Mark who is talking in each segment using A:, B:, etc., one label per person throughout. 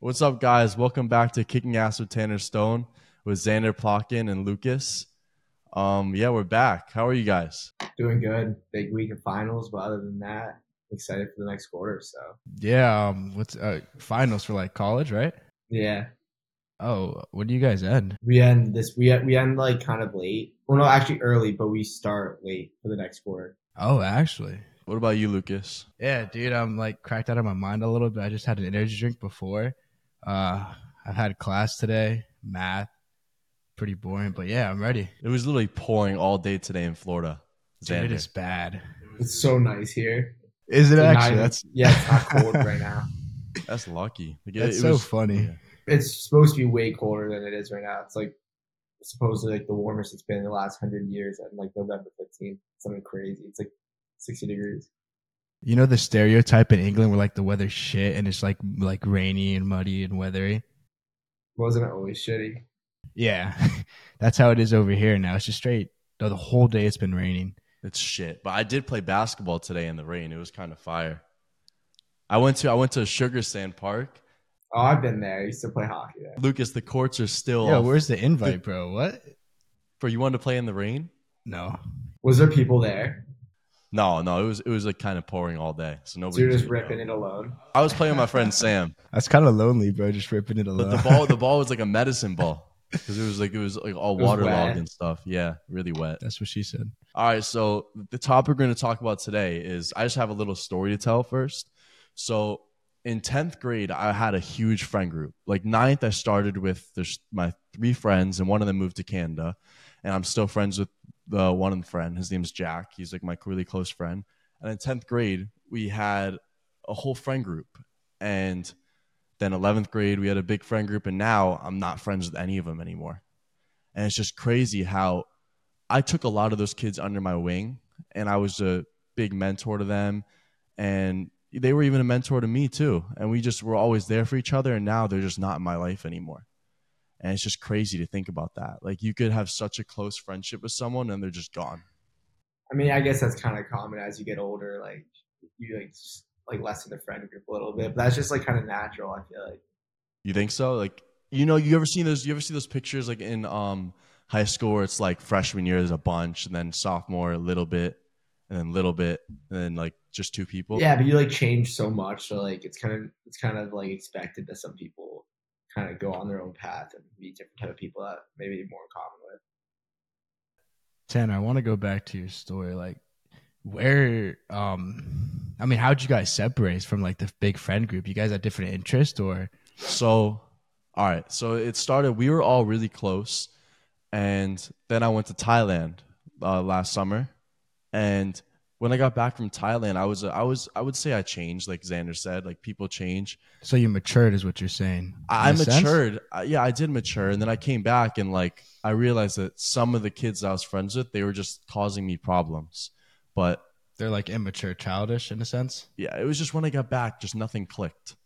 A: What's up, guys? Welcome back to Kicking Ass with Tanner Stone with Xander Plotkin and Lucas. Um, yeah, we're back. How are you guys?
B: Doing good. Big week of finals, but other than that, excited for the next quarter. So
C: Yeah, um, what's uh, finals for like college, right?
B: yeah,
C: Oh, when do you guys end?
B: we end this. We we end like kind of late. Well, no, actually early, but we start late for the next quarter.
C: Oh, actually.
A: What about you, Lucas?
C: Yeah, dude, I'm like cracked out of my mind a little bit. I just had an energy drink before. Uh, I've had class today, math, pretty boring, but yeah, I'm ready.
A: It was literally pouring all day today in Florida.
C: Dude,
A: Xander.
C: it is bad.
B: It's so nice here.
C: Is it
B: It's
C: actually?
B: not-
C: That's
B: yeah, it's not cold right now.
A: That's lucky. Like, it-
C: That's
A: it
C: so
A: was-
C: funny.
A: yeah.
B: It's supposed to be way colder than it is right now. It's like supposedly like the warmest it's been in the last hundred years, and like November fifteenth, something crazy. It's like sixty degrees.
C: You know the stereotype in England where like the weather's shit and it's like like rainy and muddy and weathery.
B: Wasn't it always shitty?
C: Yeah, that's how it is over here now. It's just straight. The the whole day it's been raining.
A: It's shit. But I did play basketball today in the rain. It was kind of fire. I went to I went to Sugar Sand Park.
B: Oh, I've been there. I used to play hockey there.
A: Lucas, the courts are still.
C: Yeah,
A: off.
C: where's the invite, bro? What?
A: Bro, you wanted to play in the rain?
C: No.
B: Was there people there?
A: No, no. It was it was like kind of pouring all day, so
B: So
A: nobody.
B: you're
A: was
B: just
A: gonna go.
B: ripping it alone.
A: I was playing with my friend Sam,
C: That's kind of lonely, bro. Just ripping it alone.
A: but the ball the ball was like a medicine ball because it was like it was like all
B: It was
A: waterlogged
B: wet.
A: and stuff. Yeah, really wet.
C: That's what she said.
A: All right, so the topic we're going to talk about today is I just have a little story to tell first. So in 10th grade, I had a huge friend group. Like ninth, I started with there's my three friends, and one of them moved to Canada. And I'm still friends with the one friend. His name's Jack. He's like my really close friend. And in 10th grade, we had a whole friend group. And then 11th grade, we had a big friend group. And now I'm not friends with any of them anymore. And it's just crazy how I took a lot of those kids under my wing and I was a big mentor to them and they were even a mentor to me too and we just were always there for each other and now they're just not in my life anymore. And it's just crazy to think about that. Like you could have such a close friendship with someone and they're just gone.
B: I mean, I guess that's kind of common as you get older. Like you like s- like lessen the friend group a little bit, but that's just like kind of natural. I feel like
A: You think so? Like you know, you ever seen those you ever see those pictures like in um high school where it's like freshman year is a bunch and then sophomore a little bit and then little bit and then like just two people?
B: yeah, but you like change so much, so like it's kind of it's kind of like expected that some people kind of go on their own path and meet different type of people that maybe you're more in common with.
C: Tanner, I want to go back to your story. Like, where? Um, I mean, how'd you guys separate from like the big friend group? You guys had different interests, or
A: So, all right. So it started. We were all really close, and then I went to Thailand uh, last summer. And when I got back from Thailand, I was uh, I was I would say I changed. Like Xander said, like people change.
C: so you matured, is what you're saying?
A: I, I
C: In a sense?
A: matured. I, yeah, I did mature, and then I came back and like I realized that some of the kids I was friends with, they were just causing me problems. But
C: They're like immature, childish in a sense.
A: yeah, it was just when I got back, just nothing clicked.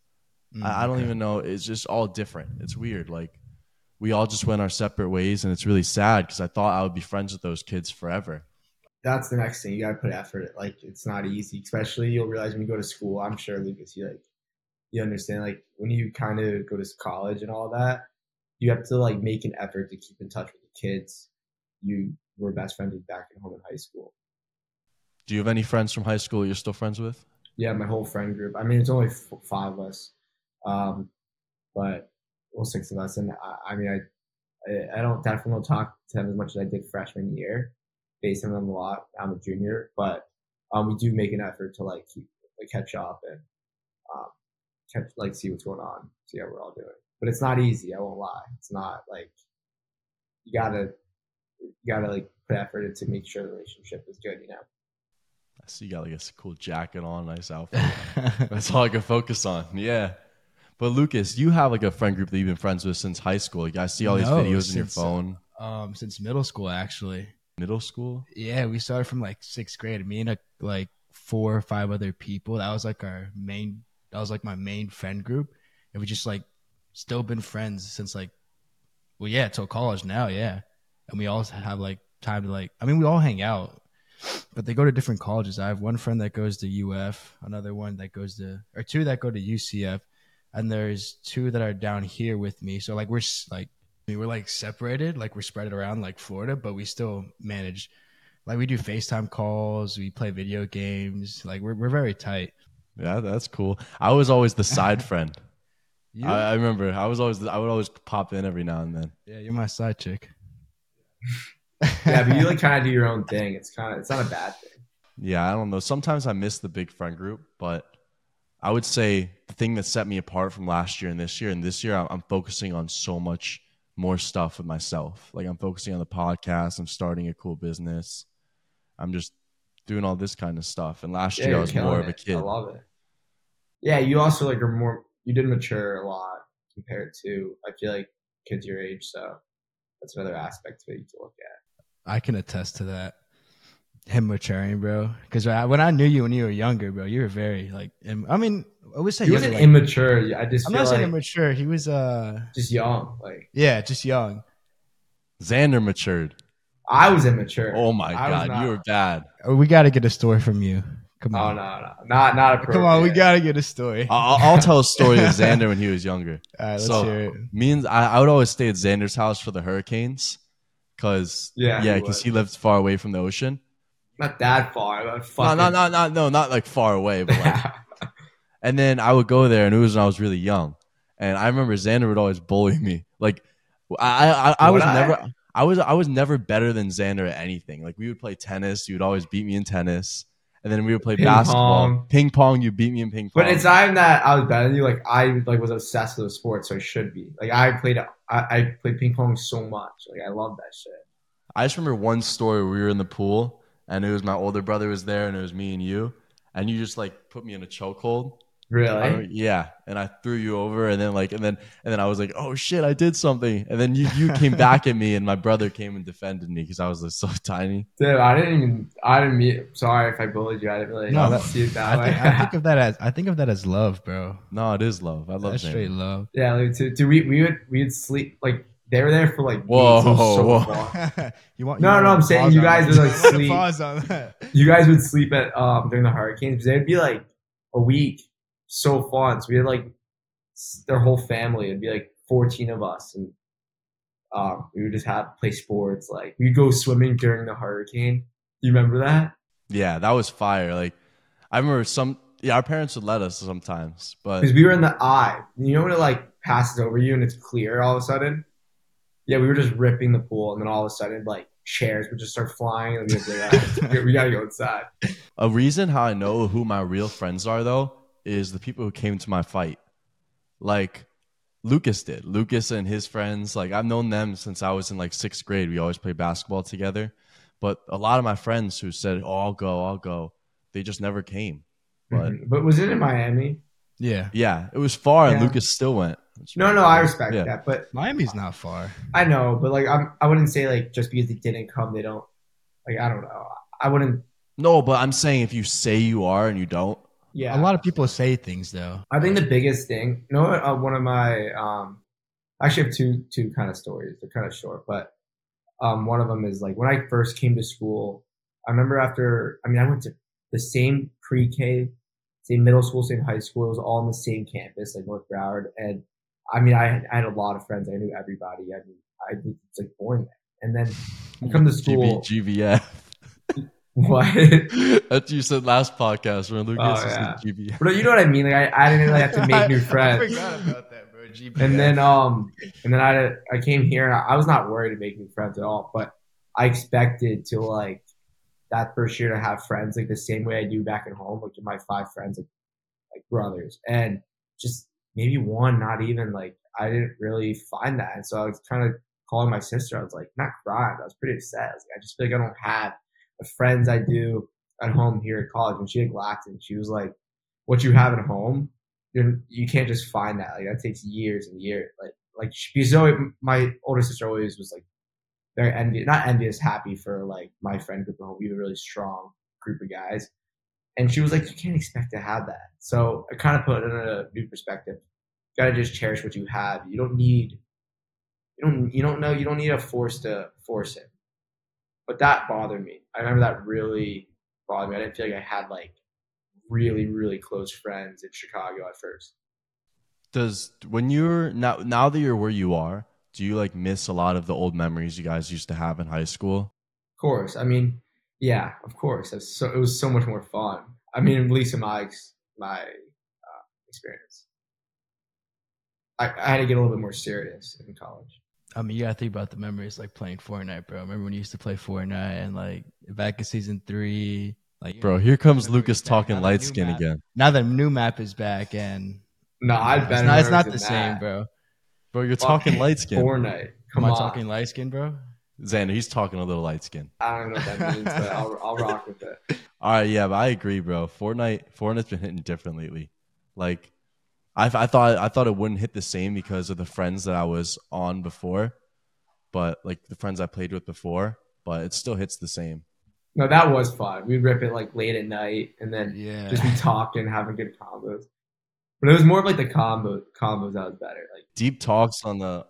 C: Mm,
A: I, I don't even know. It's just all different. It's weird. Like we all just went our separate ways, and it's really sad because I thought I would be friends with those kids forever.
B: That's the next thing you gotta put effort. Like it's not easy, especially you'll realize when you go to school. I'm sure Lucas, you like you understand. Like when you kind of go to college and all that, you have to like make an effort to keep in touch with the kids you were best friends with back at home in high school.
A: Do you have any friends from high school that you're still friends with?
B: yeah, my whole friend group. I mean, it's only f- five of us, um, but well, six of us. And I, I mean, I, I, I don't definitely don't talk to them as much as I did freshman year. Based on them a lot. I'm a junior, but um, we do make an effort to like keep like catch up and um, catch like see what's going on, see how we're all doing. But it's not easy. I won't lie. It's not like you gotta you gotta like put effort into make sure the relationship is good. You know.
A: I see you got like a s- cool jacket on, nice outfit.
C: even.
A: That's all I can focus on. Yeah. But Lucas, you have like a friend group that you've been friends with since high school. Like I see all these
C: No,
A: videos in your
C: since-
A: phone.
C: um, since middle school, actually.
A: Middle school?
C: Yeah, we started from like sixth grade. Me and like, like four or five other people. That was like our main. That was like my main friend group, and we just like still been friends since like, well, yeah, till college now, yeah. And we all have like time to like. I mean, we all hang out, but they go to different colleges. I have one friend that goes to UF, another one that goes to, or two that go to UCF. and there's two that are down here with me. So like we're s- like we were like separated, like we're spread around like Florida, but we still manage. Like we do FaceTime calls, we play video games. Like we're we're very tight.
A: Yeah, that's cool. I was always the side friend.
C: You,
B: Uh,
A: I, I remember. I was always. I would always pop in every now and then.
C: yeah, you're my side chick.
B: yeah, but you like kind of do your own thing. It's kind of it's not a bad thing.
A: Yeah, I don't know. Sometimes I miss the big friend group, but I would say the thing that set me apart from last year and this year, and this year I'm- I'm focusing on so much more stuff with myself. Like I'm focusing on the podcast, I'm starting a cool business, I'm just doing all this kind of stuff. And last
B: Yeah,
A: year I
B: you're
A: was
B: killing
A: more of a
B: it.
A: kid.
B: I love it. Yeah, you also like are more. You did mature a lot compared to I feel like kids your age. So that's another aspect of it to look at.
C: I can attest to that. Him maturing, bro. Because I, when I knew you when you were younger, bro, you were very like. Im- I mean, I would say
B: He
C: younger,
B: wasn't
C: like-
B: immature. I just
C: I'm
B: feel
C: not saying
B: like
C: immature. He was, uh,
B: just young. Like
C: yeah, just young.
A: Xander matured.
B: I was immature.
A: Oh my
B: I
A: god,
B: was
A: you
B: not.
A: were bad.
C: Oh, We got to get a story from you. Come
A: mm.
B: Oh no, Oh,
C: on,
B: no, not not a
C: come on, we got to get a story.
A: I- I'll, I'll tell a story of Xander when he was younger.
C: All right, let's
A: So-
C: hear it.
A: Me and I, I would always stay at Xander's house for the hurricanes, cause
B: Yeah,
A: yeah,
B: he
A: cause
B: was.
A: he lived far away from the ocean.
B: not that far. But
A: No,
B: fucking,
A: no, no, no, no, not like far away, but like. and then I would go there, and it was when I was really young, and I remember Xander would always bully me. Like, I, I, I, I
B: Would
A: was
B: I?
A: never, I was, I was never better than Xander at anything. Like, we would play tennis. You would always beat me in tennis, and then we would play
B: Ping
A: basketball,
B: pong.
A: ping pong. You beat me in ping pong.
C: Um,
B: But it's not even that I was better than you. Like I like was obsessed with sports, so I should be. Like I played, I, I played ping pong so much. Like I love that shit.
A: I just remember one story where we were in the pool and it was my older brother was there and it was me and you and you just like put me in a chokehold. I
C: Oh,
B: Really?
A: don't- Yeah, and I threw you over and then like and then and then I was like, "Oh shit, I did something." And then you you came back at me and my brother came and defended me cuz I was like, so tiny.
B: Dude, I didn't even. I didn't meet. Sorry if I bullied you. I didn't really
C: No, that-
B: see it that
C: I
B: way.
C: think, I think of that as I think of that as love, bro.
A: No, it is love. I love
C: That's
A: Xander.
C: straight love.
B: yeah, like, to, to we we would we would sleep like they were there for like.
A: Whoa,
B: weeks. It was so
A: whoa.
B: long.
C: you want?
B: No,
C: you
B: no, I'm
C: want to
B: saying
C: pause
B: you
C: on
B: guys are,
C: that.
B: like,
C: You wanna
B: sleep.
C: Pause on that.
B: You guys would sleep at um during the hurricanes. They'd be like a week. So fun. So we had like s- their whole family. It'd be like 14 of us, and um, we would just have play sports. Like we'd go swimming during the hurricane. Do you remember that?
A: Yeah, that was fire. Like I remember some yeah, our parents would let us sometimes, but
B: Because we were in the eye. You know when it like passes over you and it's clear all of a sudden? Yeah, we were just ripping the pool, and then all of a sudden, like chairs would just start flying, and we'd be like, "All right, we gotta go inside.
A: A reason how I know who my real friends are though is the people who came to my fight. Like Lucas did. Lucas and his friends, like I've known them since I was in like 6th grade. We always played basketball together. But a lot of my friends who said, "Oh, I'll go, I'll go." They just never came. But
B: Mhm. But was it in Miami?
C: Yeah,
A: yeah, it was far and
B: Yeah.
A: Lucas still went.
B: No, no, I respect
A: Yeah.
B: that, but
C: Miami's not far.
B: I know, but like I'm, I wouldn't say like just because they didn't come, they don't. Like I don't know. I wouldn't.
A: No, but I'm saying if you say you are and you don't,
B: Yeah,
C: A lot of people say things though.
B: I think the biggest thing, you know, what, uh, one of my, um, I actually have two two kind of stories. They're kind of short, but um, one of them is like when I first came to school. I remember after, I mean, I went to the same pre K, same middle school, same high school. It was all on the same campus, like North Broward, and I mean, I had, I had a lot of friends. I knew everybody. I mean, I was like born there. And then I come to school.
A: GB,
B: What?
A: GBF. That's what you said last podcast when Lucas was
B: Oh, yeah.
A: in GBF.
B: But you know what I mean. Like I, I didn't really have to make new friends.
C: I forgot about that, bro. GBF.
B: And then um and then I I came here and I, I was not worried to make new friends at all, but I expected to like that first year to have friends like the same way I do back at home, like my five friends like, like brothers. And just maybe one, not even like I didn't really find that. And so I was kind of calling my sister. I was like, not crying. I was pretty upset. I, was like, I just feel like I don't have the friends I do at home here at college. And she had laughed and she was like, what you have at home, you're, you can't just find that. Like that takes years and years. Like, like she- because Zoe, my older sister always was like very envious, not envious, happy for like my friend group at home. We were a really strong group of guys. And she was like, you can't expect to have that. So I kind of put it in a new perspective. You gotta just cherish what you have. You don't need, you don't, you don't know, you don't need a force to force it. But that bothered me. I remember that really bothered me. I didn't feel like I had like really, really close friends in Chicago at first.
A: Does when you're now now that you're where you are, do you like miss a lot of the old memories you guys used to have in high school?
B: Of course. I mean, yeah, of course. It's so, it was so much more fun. I mean, at least in my ex- my uh, experience, I, I had to get a little bit more serious in college.
C: I mean, you gotta think about the memories like playing Fortnite, bro. Remember when you used to play Fortnite and like back in season three, like
A: Bro, here comes
C: Memories
A: Lucas
C: back
A: talking
C: on the
A: light
C: new
A: skin
C: map.
A: again.
C: now the new map is back and
B: No, I
C: it's
B: bet
C: not, it's not the same, bro.
A: Bro, you're
B: Fuck.
A: talking light skin.
B: Fortnite. Come
C: Am I
B: on.
C: talking light skin, bro?
A: Xander, he's talking a little light skin.
B: I don't know what that means, but I'll, I'll rock with it.
A: All right, yeah, but I agree, bro. Fortnite, Fortnite's been hitting different lately. Like, I, I thought I thought it wouldn't hit the same because of the friends that I was on before, but like the friends I played with before, but it still hits the same.
B: No, that was fun. We'd rip it like late at night and then
C: Yeah.
B: just be talking, having good combos. But it was more of like the combo combos that was better. Like
A: Deep talks on the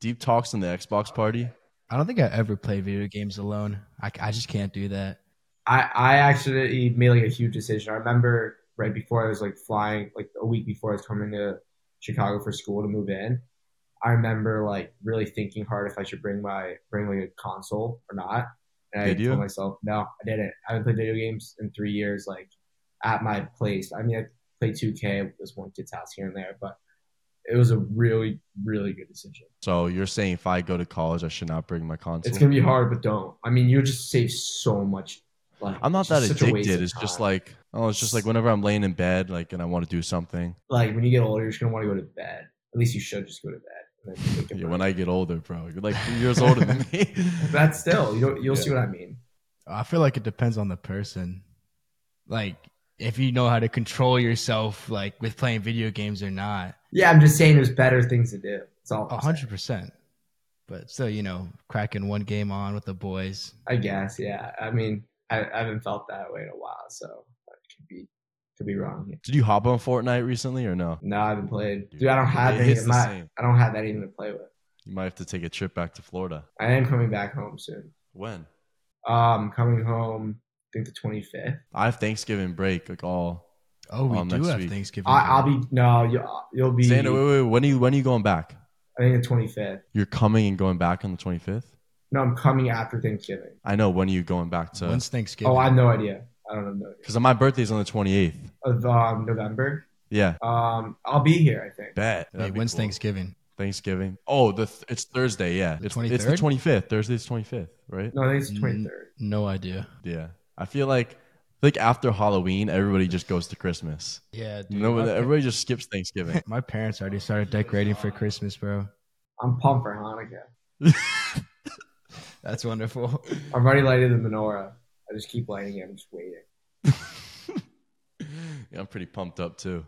A: deep talks on the Xbox party.
C: I don't think I ever played video games alone. I, I just can't do that.
B: I, I actually made like a huge decision. I remember right before I was like flying, like a week before I was coming to Chicago for school to move in. I remember like really thinking hard if I should bring my bring like a console or not. And I
A: Did you?
B: told myself, no, I didn't. I haven't played video games in three years, like at my place. I mean, I played 2K, was one kid's house here and there, but it was a really, really good decision.
A: So you're saying if I go to college, I should not bring my console?
B: It's gonna be hard, but don't. I mean, you just save so much. Like
A: I'm not
B: it's
A: that
B: just such a waste
A: addicted.
B: of
A: It's just
B: time.
A: like oh, it's just like whenever I'm laying in bed, like, and I want to do something.
B: like when you get older, you're just gonna want to go to bed. At least you should just go to bed. And then wake up
A: Yeah,
B: early.
A: when I get older, bro, you're like three years older than me.
B: but still, you don't, you'll see what I mean.
C: I feel like it depends on the person. Like if you know how to control yourself, like with playing video games or not,
B: Yeah, I'm just saying there's better things to do. It's all
C: a hundred percent. But still, you know, cracking one game on with the boys.
B: I guess. Yeah, I mean, I, I haven't felt that way in a while, so I could be could be wrong. here.
A: Did you hop on Fortnite recently or no?
B: No, I haven't played. Dude, I don't have
A: It
B: any
A: hits
B: of
A: the
B: my-
A: same.
B: I don't have anything to play with.
A: You might have to take a trip back to Florida.
B: I am coming back home soon.
A: When?
B: Um, coming home. I think the 25th.
A: I have Thanksgiving break, like all.
C: Oh, we
A: Oh,
C: do
A: next
C: have
A: week.
C: Thanksgiving.
B: I, I'll
C: break.
B: be no. You, you'll be.
A: Xander, wait, wait, when are you when are you going back?
B: I think the 25th.
A: You're coming and going back on the 25th.
B: No, I'm coming after Thanksgiving.
A: I know. When are you going back to?
C: When's Thanksgiving?
B: Oh, I have no idea. I don't have no idea.
A: Because my birthday's on the 28th.
B: Of um, November.
A: Yeah,
B: Um, I'll be here, I think.
A: bet.
C: Wait,
A: That'd be
C: when's
A: cool.
C: Thanksgiving?
A: Thanksgiving. Oh, the th- it's Thursday. Yeah,
C: The
A: it's, it's the
C: 23rd?
A: 25th. Thursday's 25th, right?
B: No, I think it's the
C: Mm.
B: 23rd.
C: No idea.
A: Yeah. I feel like like after Halloween, everybody just goes to Christmas.
C: Yeah, dude.
A: No,
C: my, pa-
A: everybody just skips Thanksgiving.
C: my parents already started decorating for Christmas, bro.
B: I'm pumped for Hanukkah.
C: That's wonderful.
B: I've already lighted the menorah. I just keep lighting it. I'm just waiting.
A: yeah, I'm pretty pumped up too.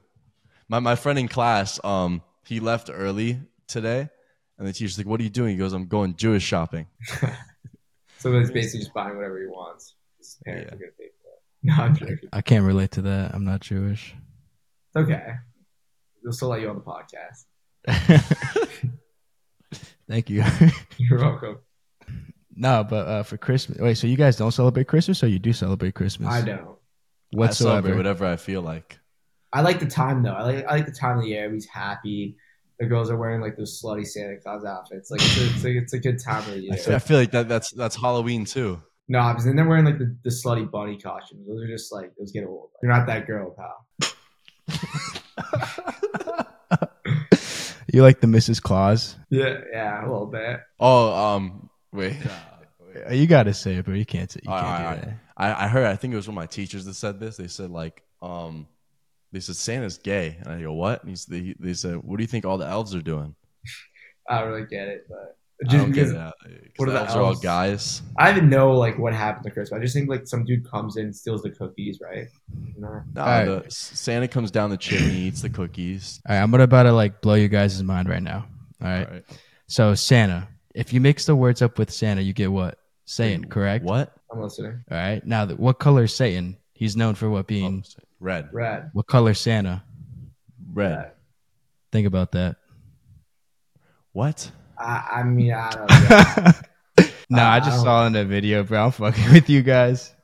A: My my friend in class, um, he left early today, and the teacher's like, "What are you doing?" He goes, "I'm going Jewish shopping."
B: So it's basically just buying whatever he wants. His parents
A: Yeah.
B: are going to pay for it. No, I'm
C: I,
B: joking.
C: I can't relate to that. I'm not Jewish.
B: It's okay. They'll still let you on the podcast.
C: Thank you.
B: You're welcome.
C: no, but uh, for Christmas. Wait, so you guys don't celebrate Christmas, or you do celebrate Christmas?
B: I don't.
A: I celebrate
C: Whatsoever.
A: whatever I feel like.
B: I like the time though. I like I like the time of the year. Everybody's happy. The girls are wearing like those slutty Santa Claus outfits. Like it's a, it's a, it's a good time of the year.
A: I feel, I feel like that that's that's Halloween too.
B: No, because then they're wearing like the, the slutty bunny costumes. Those are just like those get old. You're not that girl, pal.
C: you like the Mrs. Claus?
B: Yeah, yeah, a little bit.
A: Oh, um, wait.
C: Uh, You gotta say it, but you can't. say- You
A: All
C: can't
A: right,
C: do
A: all right.
C: that.
A: I, I heard. I think it was one of my teachers that said this. They said like, um, they said Santa's gay, and I go, "What?" And he's, they, they said, "What do you think all the elves are doing?"
B: I don't really get it, but
A: I
B: just
A: don't get
B: because
A: it.
B: I,
A: What
B: What
A: the
B: are the
A: elves are all
B: elves?
A: guys.
B: don't even know like what happened to Christmas. I just think like some dude comes in and steals the cookies, right? No.
A: Nah,
C: All
A: the, Santa comes down the chimney, eats the cookies.
C: All right, I'm about to like blow you guys' mind right now. All right.
A: All right.
C: So Santa, if you mix the words up with Santa, you get what? Satan,
A: Wait,
C: correct?
A: What?
B: I'm listening.
C: All right. Now, th- what color is Satan? He's known for what being?
A: Oh, red.
B: Red.
C: What color is Santa?
A: Red.
C: Think about that.
A: What?
B: I, I mean, I don't know.
C: no, I just saw in a video, bro. I'm fucking with you guys.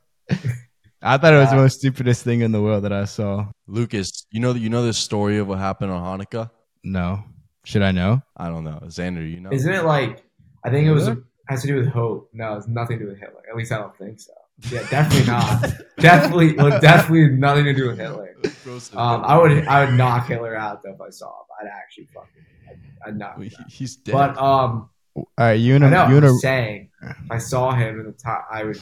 C: I thought it was the most stupidest thing in the world that I saw.
A: Lucas, you know you know the story of what happened on Hanukkah?
C: No. Should I know?
A: I don't know. Xander, you know?
B: Isn't it like I think it was
C: Hitler?
B: has to do with hope. No, it's nothing to do with Hitler. At least I don't think so. Yeah, definitely not. definitely, well, definitely nothing to do with Hitler.
A: Roasted
B: Um,
A: Hitler.
B: I would I would knock Hitler out though if I saw him. I'd actually fucking I'd, I'd knock.
A: Well,
B: him
A: he-
B: out.
A: he's dead.
B: But um,
C: All right, you and
B: I know
C: a, you
B: I'm
C: and
B: just
C: a,
B: saying if I saw him in the top, I would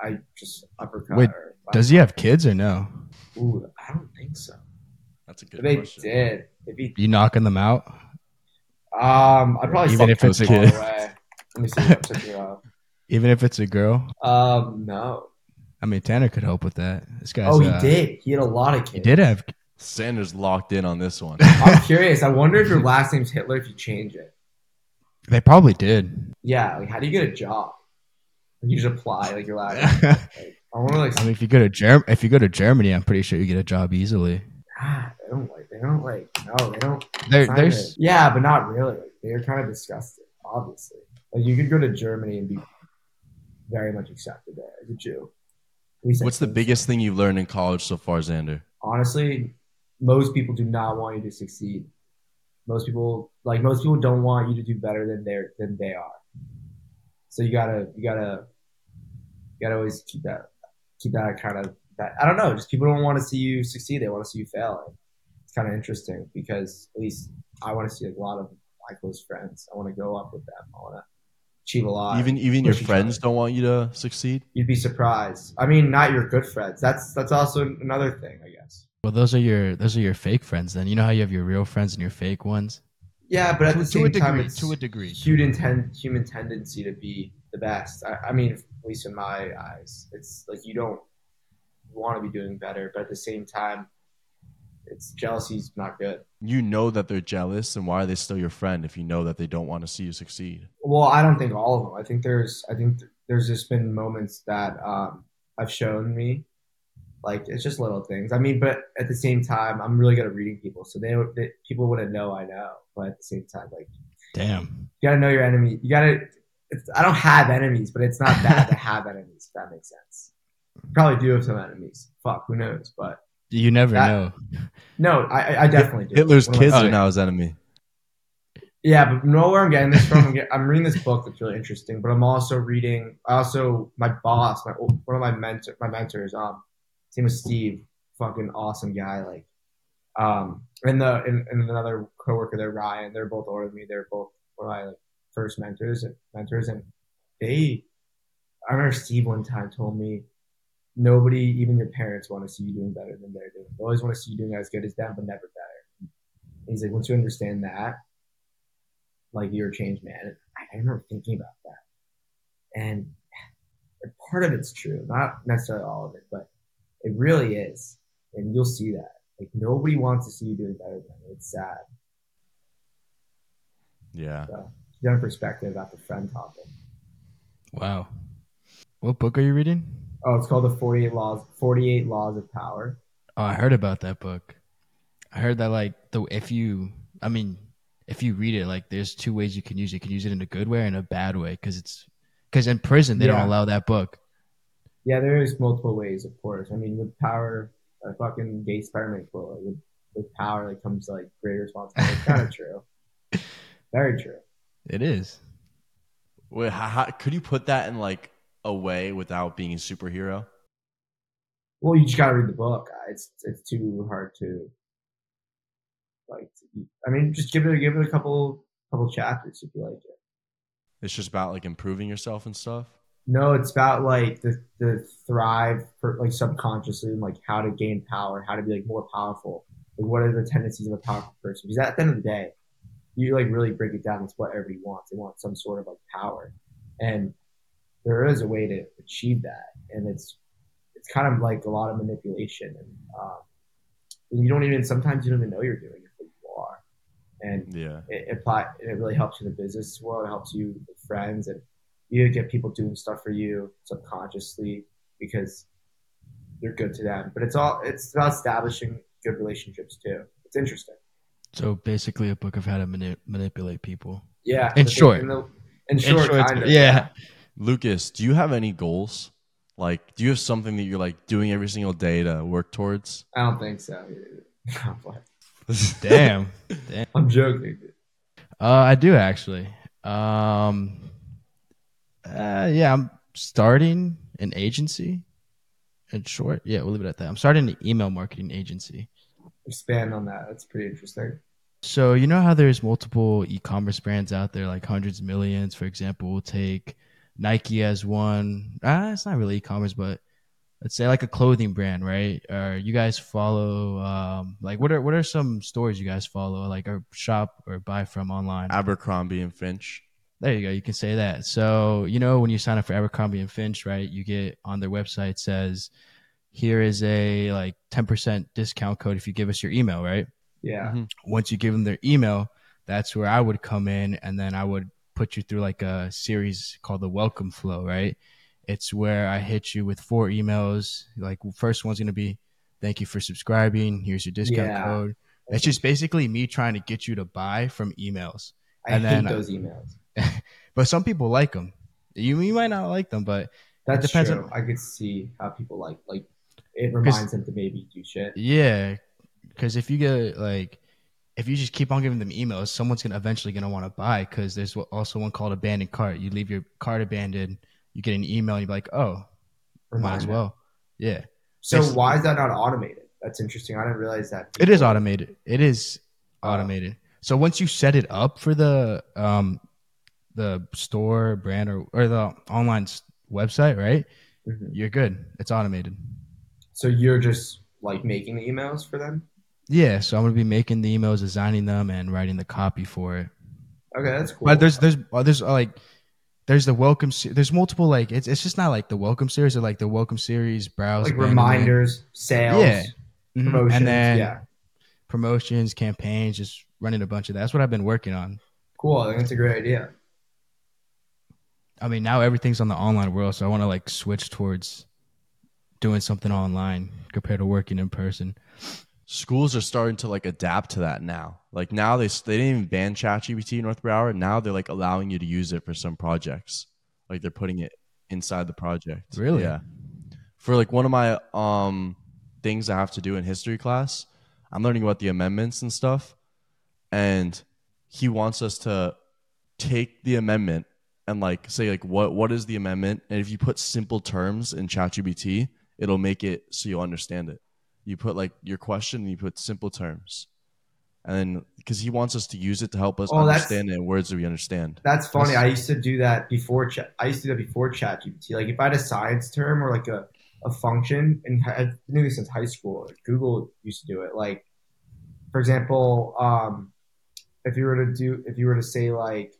B: I just uppercut.
C: Wait,
B: or,
C: does he have kids or no?
B: Ooh, I don't think so.
A: That's a good
B: If they
A: question.
B: did, if he
C: You knocking them out?
B: um, I'd probably
C: Even
B: fuck
C: if it's
B: him
C: a
B: all the
C: kid.
B: way. Let me see. I'm checking it out.
C: Even if it's a girl?
B: Um, no.
C: I mean, Tanner could help with that. This guy's
B: Oh, he
C: uh,
B: did. He had a lot of kids.
C: He did have.
A: Xander's locked in on this one.
B: I'm curious. I wonder if your last name's Hitler if you change it.
C: They probably did.
B: Yeah, like how do you get a job? You just apply like your last. Name.
C: I
B: Like, I want to like.
C: mean, if you go to Germ, if you go to Germany, I'm pretty sure you get a job easily.
B: ah, they don't like. They don't like. No, they don't.
C: There,
B: sign
C: there's
B: it. Yeah, but not really. Like, they're kind of disgusted, obviously. Like you could go to Germany and be very much accepted there as a Jew. At least I
A: What's the
B: think.
A: biggest thing you've learned in college so far, Xander?
B: honestly, most people do not want you to succeed. Most people like most people don't want you to do better than they're than they are. So you gotta you gotta you gotta always keep that keep that kind of that I don't know, just people don't want to see you succeed, they want to see you fail. And it's kinda interesting because at least I wanna see a lot of my close friends. I wanna go up with them. I wanna achieve a lot.
A: Even even your
B: push each
A: friends
B: other.
A: don't want you to succeed.
B: you'd be surprised. I mean not your good friends. That's that's also another thing, I guess.
C: well, those are your those are your fake friends. Then you know how you have your real friends and your fake ones.
B: Yeah, but at the
C: to,
B: same
C: a degree,
B: time, it's
C: to a degree.
B: human ten- human tendency to be the best. I, I mean, at least in my eyes, it's like you don't want to be doing better, but at the same time, it's jealousy's not good.
A: You know that they're jealous, and why are they still your friend if you know that they don't want to see you succeed?
B: Well, I don't think all of them. I think there's I think th- there's just been moments that um, have shown me, like it's just little things. I mean, but at the same time, I'm really good at reading people, so they, would- they people wouldn't know I know. But at the same time, like.
C: Damn.
B: you gotta know your enemy. You gotta. It's, I don't have enemies, but it's not bad to have enemies. If that makes sense. Probably do have some enemies. Fuck, who knows? But
C: You never
B: That-
C: know.
B: no, I, I- I definitely do.
A: Hitler's
B: What am I
A: kids are
B: saying?
A: now his enemy.
B: Yeah, but know where I'm getting this from. I'm, get, I'm reading this book that's really interesting, but I'm also reading. I also my boss, my one of my mentor, my mentors, um, his name was Steve, fucking awesome guy. Like, um, and the and, and another coworker there, Ryan. They're both older than me. They're both one of my like, first mentors and mentors, and they. I remember Steve one time told me, nobody, even your parents, want to see you doing better than they're doing. They always want to see you doing as good as them, but never better. And he's like, once you understand that like you're a change man. And I I remember thinking about that, and part of it's true, not necessarily all of it, but it really is, and you'll see that. Like nobody wants to see you doing better than them. It's sad.
A: Yeah.
B: Different perspective about the friend topic.
C: Wow. What book are you reading?
B: Oh, it's called the Forty Eight Laws. Forty Eight Laws of Power.
C: Oh, I heard about that book. I heard that like the if you, I mean, if you read it, like there's two ways you can use it. You can use it in a good way and a bad way, because it's because in prison they
B: Yeah.
C: don't allow that book.
B: Yeah, there is multiple ways, of course. I mean, with power, a fucking gay experiment quote. Like, with, with power, that comes like greater responsibility. It's kind of true. Very true.
C: It is.
A: Wait, how, how, could you put that in like a way without being a superhero?
B: Well, you just gotta read the book. Uh, It's it's too hard to like. to- I mean, just give it give it a couple couple chapters if you like it.
A: It's just about like improving yourself and stuff.
B: No, it's about like the the thrive for like subconsciously and like how to gain power, how to be like more powerful. Like, what are the tendencies of a powerful person? Because at the end of the day, you like really break it down. That's what everybody wants. They want some sort of like power, and there is a way to achieve that, and it's it's kind of like a lot of manipulation, and um, you don't even sometimes you don't even know you're doing it, but you are, and
A: Yeah.
B: it apply it really helps you in the business world. It helps you with friends, and you get people doing stuff for you subconsciously because you're good to them. But it's all it's about establishing good relationships too. It's interesting.
C: So basically, a book of how to mani- manipulate people.
B: Yeah.
C: In
B: the-
C: short.
B: in, the, in short,
C: short,
B: kind of.
C: yeah.
A: Lucas, do you have any goals? Like, do you have something that you're like doing every single day to work towards?
B: I don't think so. I'm like,
C: Damn. Damn.
B: I'm joking. dude.
C: Uh, I do actually. Um, uh, yeah, I'm starting an agency. In short, yeah, we'll leave it at that. I'm starting an email marketing agency.
B: Expand on that. That's pretty interesting.
C: So you know how there's multiple e-commerce brands out there, like hundreds of millions. For example, we'll take Nike as one. Ah, it's not really e-commerce, but let's say like a clothing brand, right? Or you guys follow, um, like what are what are some stores you guys follow, like or shop or buy from online?
A: Abercrombie and Finch.
C: There you go. You can say that. So you know when you sign up for Abercrombie and Finch, right? You get on their website it says, "Here is a like ten percent discount code if you give us your email," right?
A: Mm-hmm.
C: Mm-hmm.
B: Yeah.
C: once you give them their email, that's where I would come in and then I would put you through like a series called the welcome flow, right? It's where I hit you with four emails. Like first one's going to be thank you for subscribing, here's your discount
B: Yeah.
C: code. It's just basically me trying to get you to buy from emails.
B: I
C: and
B: hate
C: then- uh,
B: those emails.
C: But some people like them. You, you might not like them, but
B: That's
C: depends
B: true. I could see how people like like it reminds them to maybe do shit.
C: yeah, because if you get like, if you just keep on giving them emails, someone's gonna eventually gonna want to buy. Because there's wha- also one called abandoned cart. You leave your cart abandoned, you get an email, and you're like, oh, might
B: Remind
C: as
B: them.
C: well. Yeah,
B: So
C: Basically-
B: why is that not automated? That's interesting. I didn't realize that.
C: it is automated. It is
B: Oh.
C: automated. So once you set it up for the um, the store brand or or the online s- website, right?
B: Mhm.
C: You're good. It's automated.
B: So you're just like making the emails for them.
C: Yeah, so I'm gonna be making the emails, designing them, and writing the copy for it.
B: Okay, that's cool.
C: But there's there's uh, there's uh, like there's the welcome. Se- there's multiple like it's it's just not like the welcome series or like the welcome series browse
B: like
C: abandonment,
B: reminders, sales,
C: Yeah. mhm,
B: promotions.
C: and then
B: yeah,
C: promotions, campaigns, just running a bunch of that. That's what I've been working on.
B: cool. I think that's a great idea.
C: I mean, now everything's on the online world, so I want to like switch towards doing something online compared to working in person.
A: Schools are starting to like adapt to that now. Like now they s- they didn't even ban ChatGPT in Northborough Hour. Now they're like allowing you to use it for some projects. Like they're putting it inside the project.
C: Really?
A: Yeah. For like one of my um things I have to do in history class, I'm learning about the amendments and stuff, and he wants us to take the amendment and like say like what what is the amendment and if you put simple terms in ChatGPT, it'll make it so you'll understand it. You put like your question and you put simple terms. And then because he wants us to use it to help us
B: Oh, that's-
A: understand it in words that we understand.
B: That's funny. I used to do that before chat. I used to do that before chat GPT. Like if I had a science term or like a, a function, and I- I've been doing this since high school. Google used to do it. Like, for example, um, if you were to do, if you were to say like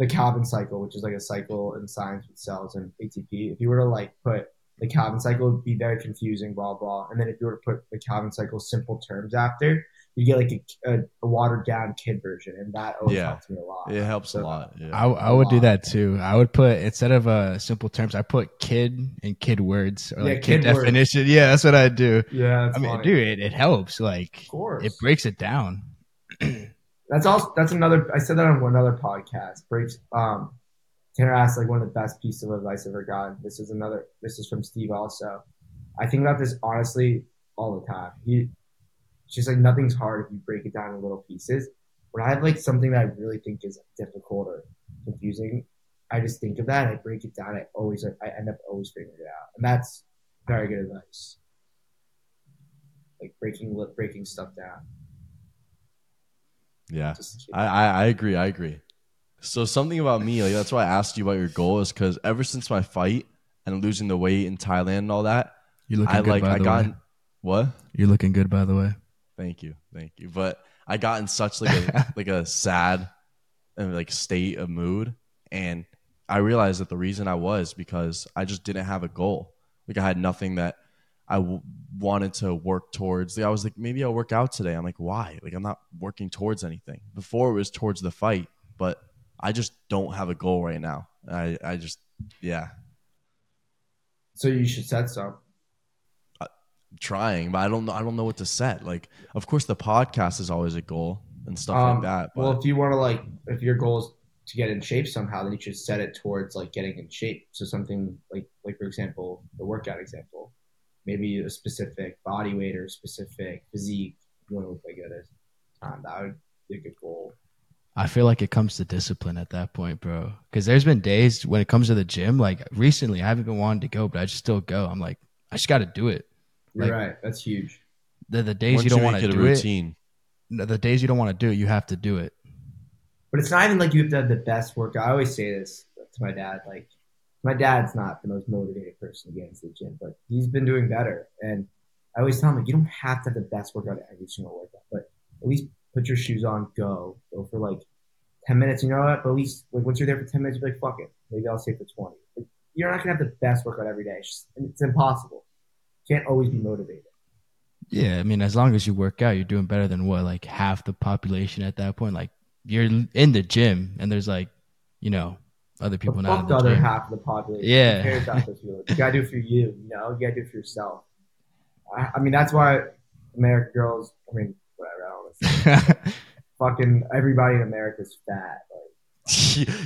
B: the Calvin cycle, which is like a cycle in science with cells and ATP, if you were to like put the Calvin cycle, it'd be very confusing, blah blah. And then if you were to put the Calvin cycle simple terms after, you get like a, a, a watered down kid version, and that always
A: Yeah.
B: helps me a lot.
A: It helps a
B: So-
A: lot. Yeah.
C: I, I would do that too. I would put instead of uh, simple terms, I put kid and kid words or
B: Yeah,
C: like kid,
B: kid words.
C: definition. Yeah, that's what I do.
B: Yeah,
C: I mean, dude, it, it helps. Like
B: Of course,
C: it breaks it down.
B: that's also that's another. I said that on another podcast. Breaks. Um, Tanner asked like one of the best pieces of advice I've ever gotten. This is another. This is from Steve. Also, I think about this honestly all the time. He, it's just like nothing's hard if you break it down in little pieces. When I have like something that I really think is difficult or confusing, I just think of that. I break it down. I always I end up always figuring it out, and that's very good advice. Like breaking breaking stuff down.
A: yeah.
B: Just
A: I, I, I agree. I agree. So something about me, like that's why I asked you about your goal, is because ever since my fight and losing the weight in Thailand and all that,
C: You're looking
A: I
C: good
A: like
C: by
A: I
C: the
A: got
C: way.
A: what?
C: You're looking good by the way.
A: Thank you, thank you. But I got in such like a like a sad and like state of mood, and I realized that the reason I was because I just didn't have a goal. Like I had nothing that I w- wanted to work towards. Like I was like, maybe I'll work out today. I'm like, why? Like I'm not working towards anything. Before it was towards the fight, but I just don't have a goal right now. I I just yeah,
B: So you should set some.
A: trying, but I don't know. I don't know what to set. Like of course the podcast is always a goal and stuff
B: Um,
A: like that. But
B: Well, if you want to like, if your goal is to get in shape somehow, then you should set it towards like getting in shape. So something like, like for example, the workout example, maybe a specific body weight or specific physique you want to play good at time. That would be a good goal.
C: I feel like it comes to discipline at that point, bro. Because there's been days when it comes to the gym, like recently, I haven't been wanting to go, but I just still go. I'm like, I just got to do it.
B: You're
C: Like-
B: right. That's huge.
C: The, the days
A: Once
C: you don't want
A: make
C: to
A: it a
C: do it,
A: routine.
C: no, the days you don't want to do it, you have to do it.
B: But it's not even like you have to have the best workout. I always say this to my dad. Like, my dad's not the most motivated person to get into the gym, but he's been doing better. And I always tell him, like, you don't have to have the best workout at every single workout, but at least put your shoes on, go, go for like 10 minutes. You know what? But at least, like, once you're there for 10 minutes, you're like, fuck it. Maybe I'll stay for 20. Like, you're not going to have the best workout every day. It's, just, it's impossible. You can't always be motivated.
C: Yeah, I mean, as long as you work out, you're doing better than what, like half the population at that point. Like you're in the gym, and there's like, you know, other people
B: But fuck
C: not in
B: the
C: the
B: other
C: gym.
B: half of the population.
C: Yeah.
B: Who cares about those people? You gotta do it for you. No, you gotta do it for yourself. I, I mean, that's why American girls. I mean, whatever. I don't know. Fucking everybody in America is fat. Like,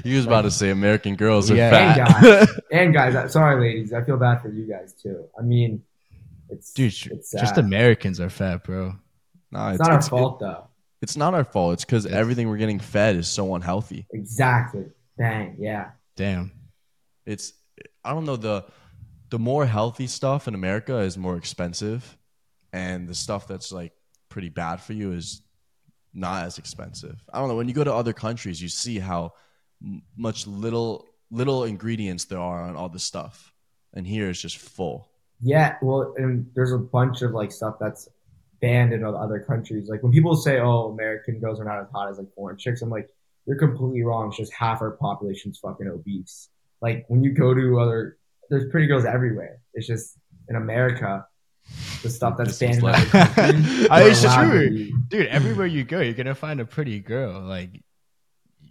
A: he was about to say American girls are
C: Yeah.
A: fat.
B: and guys, I, sorry, ladies, I feel bad for you guys too. I mean, it's
C: Dude,
B: it's sad.
C: just Americans are fat, bro.
A: no,
B: It's
A: it's,
B: not our
A: it's,
B: fault though.
A: it's not our fault. It's because
C: It's-
A: everything we're getting fed is so unhealthy.
B: Exactly. Bang. Yeah.
C: Damn.
A: it's i don't know the the more healthy stuff in america is more expensive and the stuff that's like pretty bad for you is not as expensive i don't know when you go to other countries you see how m- much little little ingredients there are on all this stuff and here it's just full
B: Yeah, well, and there's a bunch of like stuff that's banned in other countries. Like when people say, "Oh, American girls are not as hot as like foreign chicks," I'm like, "You're completely wrong. It's just half our population's fucking obese." Like when you go to other, there's pretty girls everywhere. It's just in America, the stuff that's
A: This is
B: banned. in
A: like-
B: other countries,
C: Oh, it's
B: we're allowed to
C: true.
B: eat.
C: Dude, everywhere you go, you're gonna find a pretty girl. Like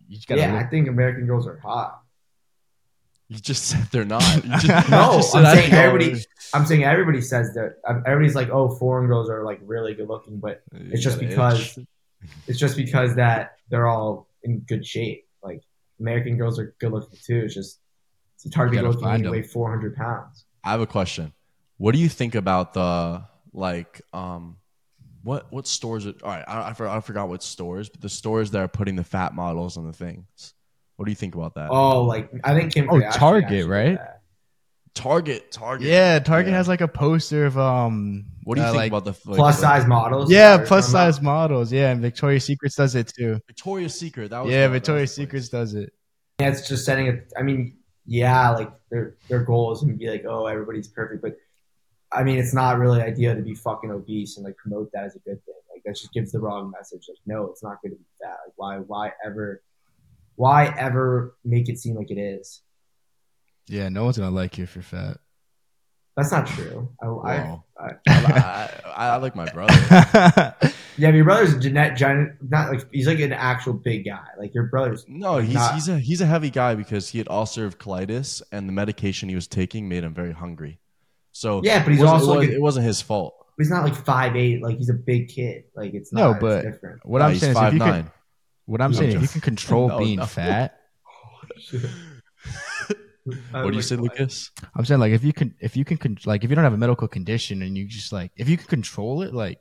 C: you just gotta
B: Yeah, I
C: look-
B: think American girls are hot.
A: you just said they're not you just, you
B: No,
A: just said
B: I'm
A: I
B: saying
A: don't
B: everybody. I'm saying everybody says that. um, Everybody's like, "Oh, foreign girls are like really good looking," but
A: know. You
B: It's just
A: gotta
B: because
A: itch.
B: it's just because that they're all in good shape. Like American girls are good looking too. It's just it's hard to be
C: You gotta
B: looking when
C: find
B: you weigh
C: them.
B: four hundred pounds.
A: I have a question. What do you think about the like um what what stores are all right, I I, for, I forgot what stores, but the stores that are putting the fat models on the things. What do you think about that?
B: Oh, like I think Kim.
C: Uh, Oh,
B: Kardashian
C: Target,
B: actually did
C: right?
B: that.
A: Target, Target.
C: Yeah, Target
A: Yeah.
C: has like a poster of um
A: What do you
C: uh,
A: think
C: like-
A: about the like,
B: plus
A: the-
B: size models.
C: Yeah,
B: Sorry,
C: plus
B: I'm not-
C: size models. Yeah, and Victoria's Secrets does it too.
A: Victoria's Secret? That was
C: Yeah,
A: that was
C: Victoria's
A: the place.
C: Secrets does it.
B: Yeah, it's just setting it. I mean, yeah, like their their goal is to be like, oh, everybody's perfect, but I mean, it's not really ideal to be fucking obese and like promote that as a good thing. Like that just gives the wrong message. Like, no, it's not good to be fat. Like, why, why ever, why ever make it seem like it is?
C: Yeah, no one's gonna like you if you're fat.
B: That's not true. I, I,
A: Wow.
B: I,
A: I, I, I like my brother.
B: yeah, your brother's a genet, gen, not like he's like an actual big guy. Like your brother's
A: No, he's
B: Not-
A: he's a he's a heavy guy because he had ulcerative colitis and the medication he was taking made him very hungry. So
B: yeah,
A: Oh,
B: but
A: it
B: he's
A: wasn't-
B: also
A: it,
B: like,
A: wasn't, it wasn't his fault.
B: he's not like five eight. Like he's a big kid. Like it's
C: No,
B: not,
C: but-
B: it's different.
C: what
A: No,
C: I'm
A: he's
C: saying is if
A: five
C: you
A: nine.
C: can, what I'm
A: No,
C: saying, if
A: Jeff.
C: you can control
A: No,
C: being
A: no.
C: fat,
A: What do you say, Lucas?
C: I'm saying like if you can, if you can, con- like if you don't have a medical condition and you just like if you can control it, like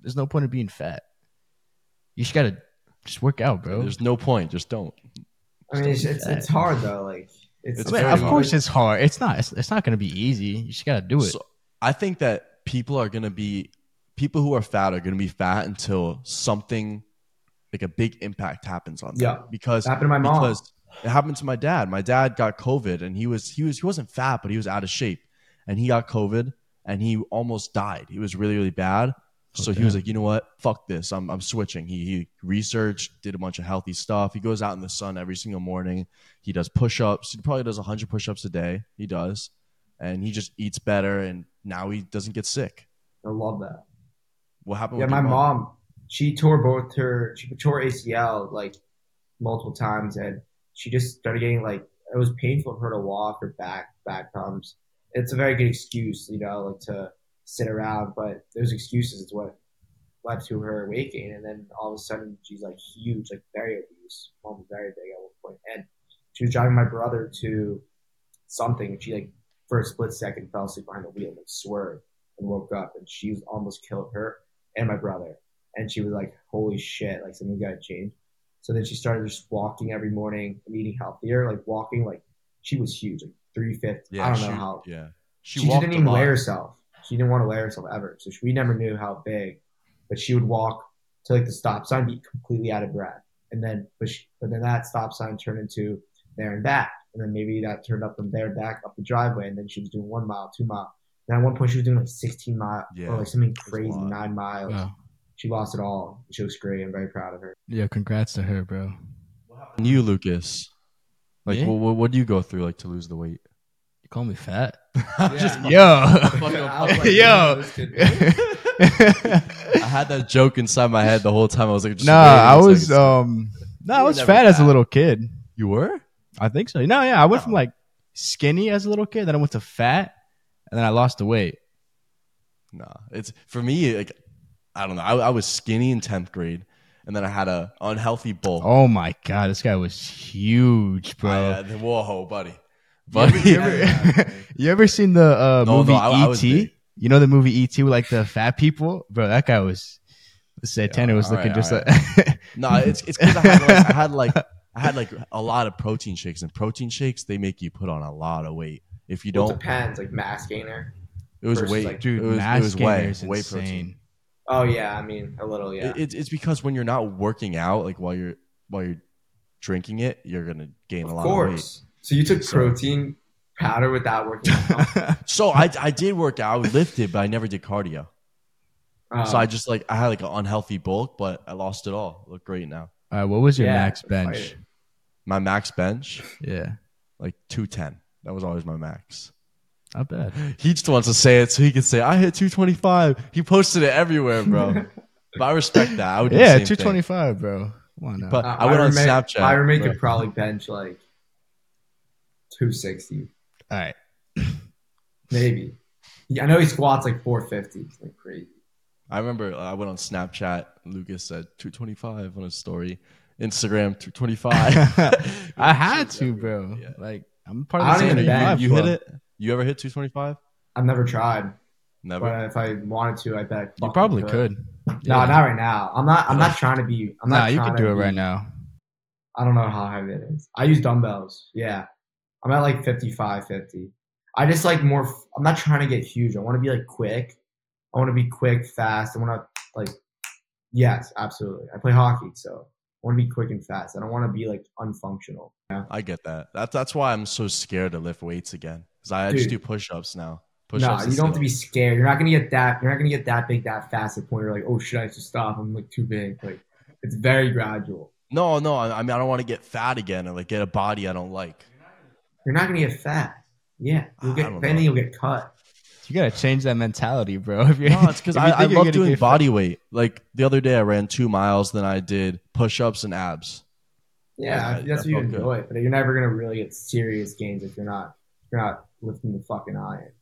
C: there's no point in being fat. You just gotta just work out, bro.
A: There's no point. Just don't.
B: I mean, it's, it's, it's hard though. Like it's,
A: It's
C: I mean,
A: very
C: of
A: hard.
C: course it's hard. It's not. It's, it's not gonna be easy. You just gotta do it.
A: So, I think that people are gonna be people who are fat are gonna be fat until something like a big impact happens on them.
B: Yeah.
A: Because
B: It happened to my mom.
A: because it happened to my dad. My dad got COVID and he was he was he wasn't fat, but he was out of shape. And he got COVID and he almost died. He was really, really bad.
B: Oh,
A: So he was
C: damn.
A: like, you know what? Fuck this. I'm, I'm switching. He, he researched, did a bunch of healthy stuff. He goes out in the sun every single morning. He does push ups. He probably does 100 push ups a day. He does. And he just eats better. And now he doesn't get sick.
B: I love that.
A: What happened
B: Yeah,
A: with
B: my
A: your
B: mom, she tore both her, she tore ACL like multiple times, and she just started getting like it was painful for her to walk, her back back problems. It's a very good excuse, you know, like to sit around, but those excuses is what led to her awakening, and then all of a sudden she's like huge, like very obese, mom was very big at one point, and she was driving my brother to something, and she like for a split second fell asleep behind the wheel and swerved and woke up, and she was almost killed her and my brother. and she was like, "Holy shit! Like something got to change." So then she started just walking every morning and eating healthier. Like walking, like she was huge, like three fifty.
A: Yeah,
B: I don't
A: she,
B: know how.
A: Yeah,
B: She,
A: walked
B: just didn't
A: a
B: even
A: lot.
B: weigh herself. She didn't want to weigh herself ever. So she, we never knew how big, but she would walk to like the stop sign, be completely out of breath, and then but she, but then that stop sign turned into there and back, and then maybe that turned up from there and back up the driveway, and then she was doing one mile, two mile. And at one point, she was doing like sixteen mile
A: Yeah,
B: or like something
A: a
B: crazy,
A: lot.
B: nine miles.
C: Wow.
B: She lost it all. She looks great. I'm very proud of her.
C: Yeah, congrats to her, bro.
A: And you, Lucas. Like,
C: Me?
A: what, what, what do you go through like to lose the weight?
C: You call me fat?
A: I'm just-
C: Yo. Yo.
A: I had that joke inside my head the whole time. I was like, just
C: nah,
A: waiting
C: I
A: so
C: was
A: could-
C: um no,
B: You
C: I
B: were
C: was
B: never
C: fat, as a
B: fat.
C: little kid.
A: you were.
C: I think so. No, yeah, I went
A: No.
C: from like skinny as a little kid, then I went to fat, and then I lost the weight.
A: Nah, it's for me. Like, I don't know. I, I was skinny in tenth grade, and then I had a unhealthy bulk.
C: Oh my god, this guy was huge, bro.
A: I, uh, whoa, buddy, buddy.
C: You ever, you ever seen the
A: No,
C: uh,
A: no,
C: movie
A: I- I was
C: E.T.?
A: big.
C: You know the movie E.T. with like the fat people, bro. That guy was Santana was
A: all
C: looking
A: right,
C: just
A: all
C: like
A: No, it's it's because I, had like- I had like I had like a lot of protein shakes, and protein shakes they make you put on a lot of weight. If you
B: Well,
A: don't,
B: it depends, like mass gainer.
A: it was
B: versus,
A: weight,
B: like-
C: dude.
A: It was,
C: mass
A: it was whey,
C: gainers
A: whey
C: insane.
A: protein.
B: Oh yeah, I mean a little, yeah.
A: It, it's- it's because when you're not working out, like while you're while you're drinking it, you're gonna gain
B: of
A: a lot of weight.
B: course. so you took
A: So-
B: protein powder without working out.
A: So I I did work out, I would lifted, but I never did cardio.
B: Um,
A: So I just like I had like an unhealthy bulk, but I lost it all. Look great now.
C: All right, what was your
B: Yeah,
C: max bench?
B: fight it.
A: My max bench,
C: Yeah,
A: like two ten. That was always my max.
C: not bad.
A: He just wants to say it so he can say I hit two twenty five. He posted it everywhere, bro. but I respect that. I would do the
C: Yeah,
A: same
C: two
A: thing.
C: twenty five, bro. Come on now.
A: But
B: Uh,
A: I went
B: my
A: on
B: roommate-
A: Snapchat.
B: My roommate could
A: but-
B: probably bench like 260,
C: All right,
B: maybe. Yeah, I know he squats like 450. It's like crazy.
A: I remember uh, I went on Snapchat. Lucas said two twenty five on his story. Instagram two twenty five.
C: I had to, bro.
A: Yeah.
C: Like I'm part
B: I
C: of
B: don't
C: the
B: even
A: you,
B: bet.
C: 225
A: you hit
C: club.
A: it. You ever hit two twenty five?
B: I've never tried,
A: Never.
B: but if I wanted to, I bet. I
C: You
B: fucking
C: probably could.
B: No,
C: Yeah.
B: not right now. I'm not. I'm not trying to be. I'm not.
C: Nah, you
B: trying
C: can
B: to
C: do it right
B: be-
C: now.
B: I don't know how heavy it is. I use dumbbells. Yeah. I'm at like 55, 50. I just like more. f- I'm not trying to get huge. I want to be like quick. I want to be quick, fast. I want to like, yes, absolutely. I play hockey, so I want to be quick and fast. I don't want to be like unfunctional.
A: I get that. That's that's why I'm so scared to lift weights again. Cause I just do
B: Dude.
A: push ups now. Push
B: No,
A: ups.
B: you don't have to be scared. You're not gonna get that. You're not gonna get that big that fast. At the point you're like, oh shit, I should stop. I'm like too big. Like, it's very gradual.
A: No, no. I, I mean, I don't want to get fat again and like get a body I don't like.
B: You're not gonna get fat. Yeah, you'll
A: I
B: get.
A: don't
B: If anything,
A: know.
B: you'll get cut.
C: You gotta change that mentality, bro. If you're,
A: No, it's because
C: if
A: I,
C: you think
A: I
C: you're
A: love
C: gonna
A: doing
C: get-
A: body weight. Like the other day, I ran two miles. Then I did push ups and abs.
B: Yeah,
A: Yeah,
B: that's,
A: that
B: what you
A: felt good.
B: enjoy. But you're never gonna really get serious gains if you're not if you're not lifting the fucking iron.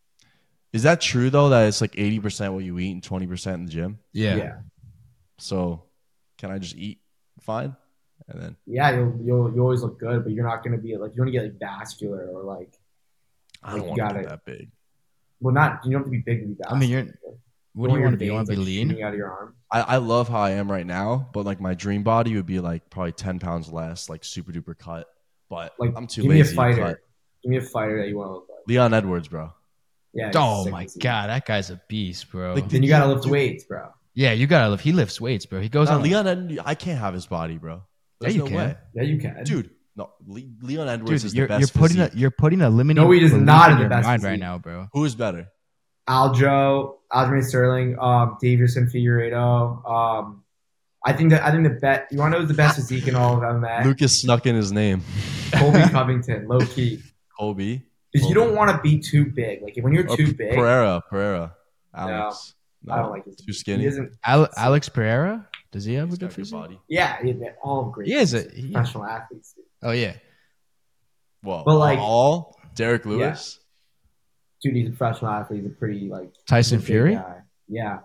A: Is that true though? That it's like eighty percent what you eat and twenty percent in the gym.
C: Yeah.
B: yeah,
A: So, can I just eat fine? And then
B: Yeah, you'll you'll you always look good, but you're not gonna be like you want to get like vascular or like
A: I don't
B: You
A: want to
B: got
A: get
B: it.
A: that big.
B: well not you don't have to be big to be
C: I
B: vascular.
C: mean, you're. What do you
B: your
C: want to be? You
B: veins,
C: want to be
B: like,
C: lean?
B: shooting out of your arm.
A: I, I love how I am right now, but like my dream body would be like probably ten pounds less, like super duper cut. But
B: Like
A: I'm too
B: give
A: lazy.
B: me a
A: to
B: fighter.
A: cut.
B: Give me a fighter that you want to look like.
A: Leon Edwards, bro.
B: Yeah. he's
C: Oh
B: sick
C: my
B: as he-
C: god, that guy's a beast, bro.
A: Like,
B: Then you gotta lift weights, bro.
C: yeah, you gotta lift. He lifts weights, bro. He goes
A: No,
C: on.
A: Leon, Ed- I can't have his body, bro.
C: yeah,
A: There's
C: you
A: no
C: can.
A: way,
B: Yeah, you can.
A: dude. No, Le- Leon Edwards
C: Dude,
A: is
C: you're,
A: the
C: you're
A: best.
C: putting a
A: physique.
C: you're putting a limiting
B: No, he is
C: belief
B: not
C: in
B: the
C: your
B: best
C: mind
B: physique.
C: right now, bro.
A: Who is better?
B: Aljo, Aljamain Sterling, um, Davison Figueredo. Um, I think that I think the bet you want to know who's the best physique in all of MMA?
A: Lucas snuck in his name.
B: Colby Covington, low key.
A: Colby.
B: Because you don't
A: Colby.
B: want to be too big. Like when you're
A: Or
B: too big,
A: Pereira. Pereira. Alex.
B: I don't like his
A: Too skinny.
B: He isn't.
C: Al- Alex Pereira, does he have
A: He's
C: a good
A: got good
C: physique?
A: body.
B: Yeah, yeah, they're all great.
C: He is a
B: athletes,
C: he-
B: professional athletes.
C: oh yeah.
A: Well,
B: But, like-
A: all Derek Lewis.
B: Dude, he's a professional athlete. He's a pretty like
C: Tyson
B: big
C: Fury.
B: guy. Yeah,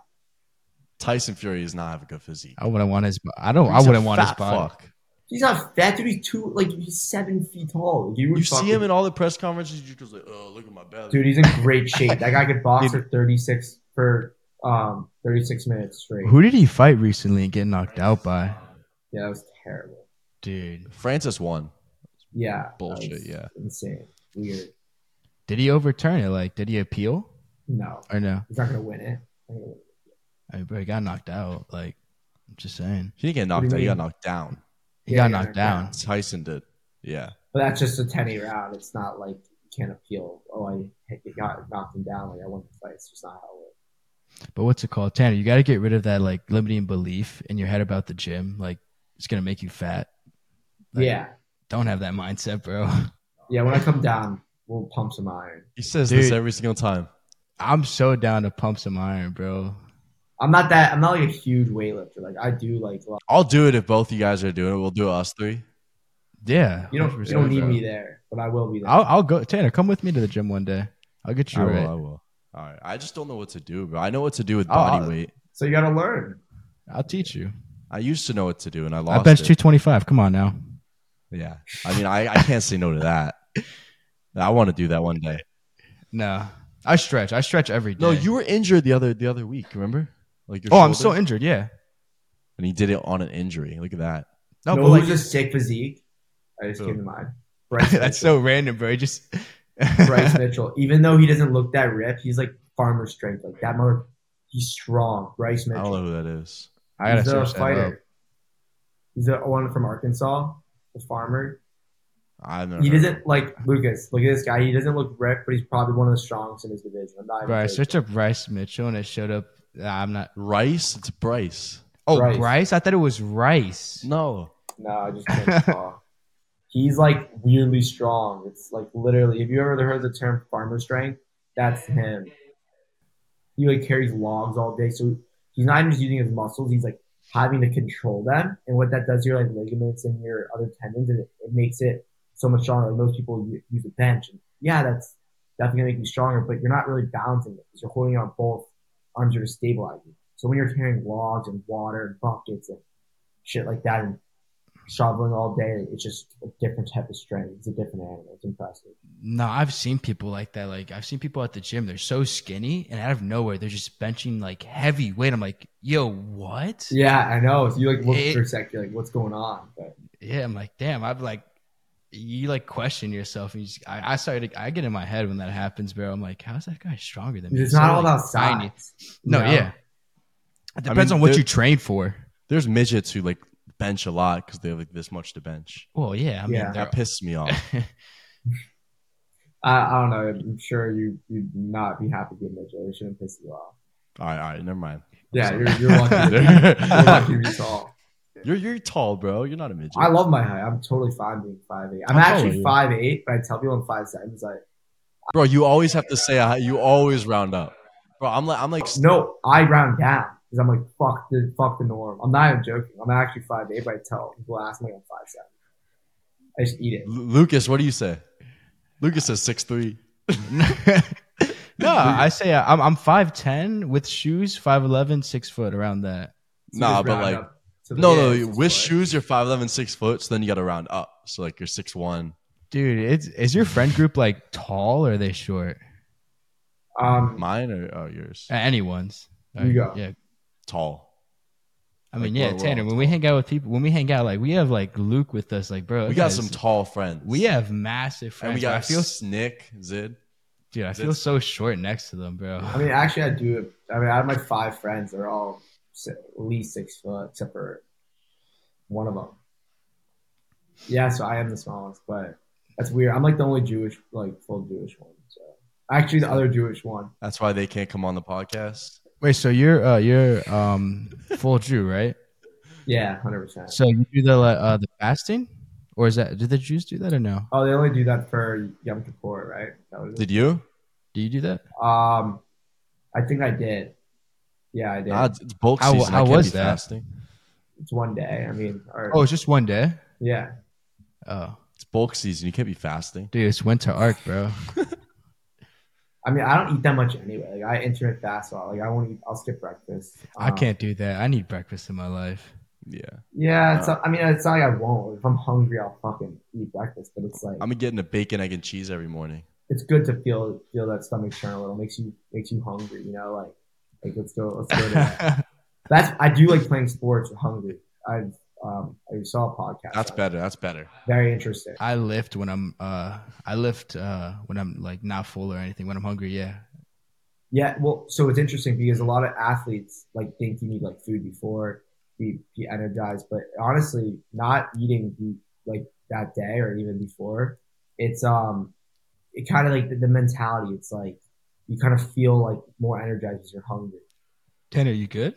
A: Tyson Fury does not have a good physique.
C: I wouldn't want his. bo- I don't.
A: He's
C: Oh, I
A: a
C: wouldn't want his
A: fat
C: body.
A: fuck.
B: he's not fat. Dude, he's two. Like he's seven feet tall. Like, you would
A: You see
B: fucking-
A: him in all the press conferences, you're just like, oh, look at my belly.
B: Dude, he's in great shape. That guy could box for thirty six for um, 36 minutes straight.
C: Who did he fight recently and get knocked out by?
B: Yeah, that was terrible.
C: Dude,
A: Francis won.
B: Yeah, that
A: Bullshit,
B: was
A: yeah.
B: insane, weird.
C: did he overturn it? Like, did he appeal
B: No,
C: or no?
B: he's not gonna win it. Not gonna win it.
C: I, but he got knocked out. Like, I'm just saying,
A: He didn't get
B: What do
A: knocked
B: you
A: out. He got
B: mean?
A: knocked down.
C: he
B: Yeah,
C: got knocked
B: yeah.
C: down.
A: Tyson did. Yeah.
B: But that's just a 10 round. It's not like you can't appeal. Oh, I I got knocked him down. Like I won the fight. It's just not how it works.
C: But what's it called, Tanner? You got to get rid of that like limiting belief in your head about the gym. Like, it's gonna make you fat. Like,
B: yeah,
C: don't have that mindset, bro.
B: yeah. When I come down, we'll pump some iron.
A: He says
C: Dude.
A: this every single time.
C: I'm so down to pump some iron, bro.
B: I'm not that. I'm not like a huge weightlifter. Like I do like. a lot-
A: I'll do it if both you guys are doing it. We'll do it us three.
C: Yeah,
B: You don't. You
C: 100%,
B: don't need
C: bro.
B: me there, but I will be there.
C: I'll, I'll go, Tanner. Come with me to the gym one day. I'll get you
A: I will.
C: right.
A: I will. All right. I just don't know what to do, bro. I know what to do with
B: Oh,
A: body
B: I'll-
A: weight.
B: so you gotta learn.
C: I'll teach you.
A: I used to know what to do, and I
C: I
A: lost.
C: bench
A: it.
C: 225. Come on now.
A: Yeah. I mean, I, I can't say no to that. I want to do that one day.
C: No, I stretch. I stretch every day.
A: No, you were injured the other the other week. Remember? Like your
C: Oh, I'm so
A: shoulder?
C: injured. Yeah.
A: and he did it on an injury. Look at that.
C: No,
B: know
C: but like,
B: who's a sick physique? I just
A: Who?
B: came to mind. Bryce
C: that's so random, bro. You Just
B: Bryce Mitchell. Even though he doesn't look that ripped, he's like farmer strength. Like that mother, he's strong. Bryce
A: I don't know who
B: Mitchell.
A: that is.
C: I gotta
B: he's a
C: search that up.
B: fighter. He's the one from Arkansas, the farmer.
A: I've never.
C: Uh-huh.
B: He
A: heard of
B: doesn't like Lucas. Look at this guy. He doesn't look ripped, but he's probably one of the strongest in his division. I'm not even
C: Bro, I
B: kidding.
C: searched up Bryce Mitchell and it showed up. ah, I'm not.
A: him. Rice. It's Bryce.
C: Oh,
B: Bryce.
C: Bryce. I thought it was Rice.
A: No.
B: No, I just can't recall. He's like weirdly strong. It's like literally, have you ever heard the term farmer strength? That's him. He like carries logs all day, so he's not even just using his muscles. He's like having to control them, and what that does to your like ligaments and your other tendons, and it, it makes it so much stronger. Like most people u- use a bench, and yeah, that's definitely gonna make you stronger, but you're not really balancing it because you're holding on both arms are to stabilize you. So when you're carrying logs and water and buckets and shit like that, and shoveling all day. It's just a different type of strength. It's a different animal. It's impressive.
C: No, I've seen people like that. Like I've seen people at the gym. They're so skinny, and out of nowhere, they're just benching like heavy weight. I'm like, yo, what? Yeah,
B: Yeah, I know. So you like look
C: It-
B: for a sec, you're like, what's going on? But
C: I'm like, damn. I'm like, you like question yourself. And you just, I, I started. I get in my head when that happens, bro. I'm like, how's that guy stronger than me?
B: it's
C: So,
B: not all
C: like,
B: about
C: tiny.
B: size.
C: No,
B: you know?
C: yeah. It depends on
A: mean,
C: what
A: there-
C: you train for.
A: There's midgets who like bench a lot because they have like this much to bench.
C: Well, yeah. I mean,
B: Yeah.
C: they're-
A: That pisses me off.
B: I, I don't know. I'm sure you you'd not be happy being midget. It shouldn't piss you off.
A: all right, all right, never mind.
B: Yeah, you're, you're lucky. to be- you're lucky
A: you're
B: to be tall.
A: you're tall, bro. You're not a midget.
B: I love my height. I'm totally fine being five eight. I'm
A: How tall are
B: actually
A: you?
B: five eight, but I tell people I'm five seven. It's like
A: bro, you always have to say I, you always round up. Bro, I'm like I'm like
B: no, I round down because I'm like fuck the fuck the norm. I'm not even joking. I'm actually five eight, but I tell people ask me I'm five seven. I just eat it.
A: Lu- Lucas, what do you say? Lucas says six three.
C: no, I say I- I'm I'm five ten with shoes, five eleven, six foot around that.
B: So
A: Nah,
B: just
A: but
B: round
A: like-
B: up to the-
A: No,
B: Yeah,
A: no,
B: it's just
A: with
B: like-
A: shoes you're 5'11", 6 foot, so then you got to round up. So like you're six one.
C: Dude, it's is your friend group like tall or are they short?
B: Um,
A: Mine or oh, yours?
C: Uh, anyone's.
B: You go.
C: Yeah.
A: Tall.
C: I mean,
A: Like,
C: yeah,
A: we're- we're
C: Tanner.
A: all
C: When we hang out with people, when we hang out, like we have like Luke with us, like bro,
A: We got
C: guys,
A: some tall friends.
C: we have massive
A: and
C: friends.
A: we got
C: I feel,
A: Nick, Zid.
C: dude, I feel so short next to them, bro.
B: I mean, actually, I do. I mean, I have my five friends. They're all si- at least six foot, except for one of them. Yeah, so I am the smallest, but that's weird. I'm like the only Jewish, like full Jewish one. So actually, the other Jewish one.
A: That's why they can't come on the podcast.
C: Wait, so you're uh you're um full Jew, right?
B: Yeah, hundred percent.
C: So you do the like, uh the fasting, or is that do the Jews do that or no?
B: Oh, they only do that for Yom Kippur, right? That was
A: Did you?
C: Do you do that?
B: um, I think I did. Yeah, I did.
A: Nah, it's- it's bulk
C: How-
A: season. I
C: how
A: can't
C: was
A: be
C: that?
A: fasting.
B: it's one day. I mean, or,
C: Oh, it's just one day.
B: yeah.
C: Oh,
A: It's bulk season. You can't be fasting.
C: dude, it's winter arc, bro.
B: I mean, I don't eat that much anyway. Like I intermittent fast a lot. Like I won't eat. I'll skip breakfast.
C: I
B: Um,
C: can't do that. I need breakfast in my life.
A: Yeah.
B: Yeah,
C: Uh.
B: it's not, I mean, it's not like I won't. If I'm hungry, I'll fucking eat breakfast. But it's like
A: I'm getting a bacon, egg, and cheese every morning.
B: it's good to feel feel that stomach turn a little. Makes you makes you hungry. You know, like Like let's go. Let's go. To that. That's I do like playing sports. with Hungry. I um I saw a podcast.
A: That's
B: on it.
A: better. That's better.
B: Very interesting.
C: I lift when I'm uh I lift uh when I'm like not full or anything. When I'm hungry, yeah.
B: Yeah, well, so it's interesting because a lot of athletes like think you need like food before you be energized, but honestly, not eating the- like that day or even before, it's um, it kind of like the, the mentality. It's like you kind of feel like more energized as you're hungry.
C: Tanner, you good?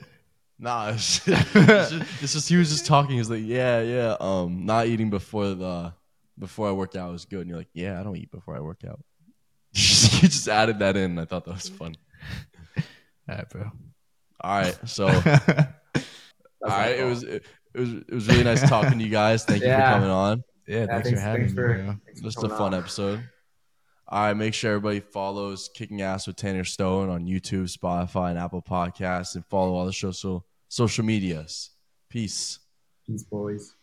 A: Nah, it's just, it's just- it's just he was just talking. He's like, yeah, yeah. Um, not eating before the before I work out is good. And you're like, yeah, I don't eat before I work out. you just added that in. I thought that was fun.
C: All right, bro.
A: All right, so
B: Oh.
A: all
B: That's
A: right, it
B: all.
A: was it, it was it was really nice talking to you guys. Thank you
B: Yeah.
A: for coming on.
C: yeah,
B: Yeah,
C: thanks, for having me. bro.
B: thanks for
A: Just a
B: coming
A: fun
B: on.
A: episode. All right, make sure everybody follows Kicking Ass with Tanner Stone on YouTube, Spotify, and Apple Podcasts, and follow all the social social medias. Peace.
B: Peace, boys.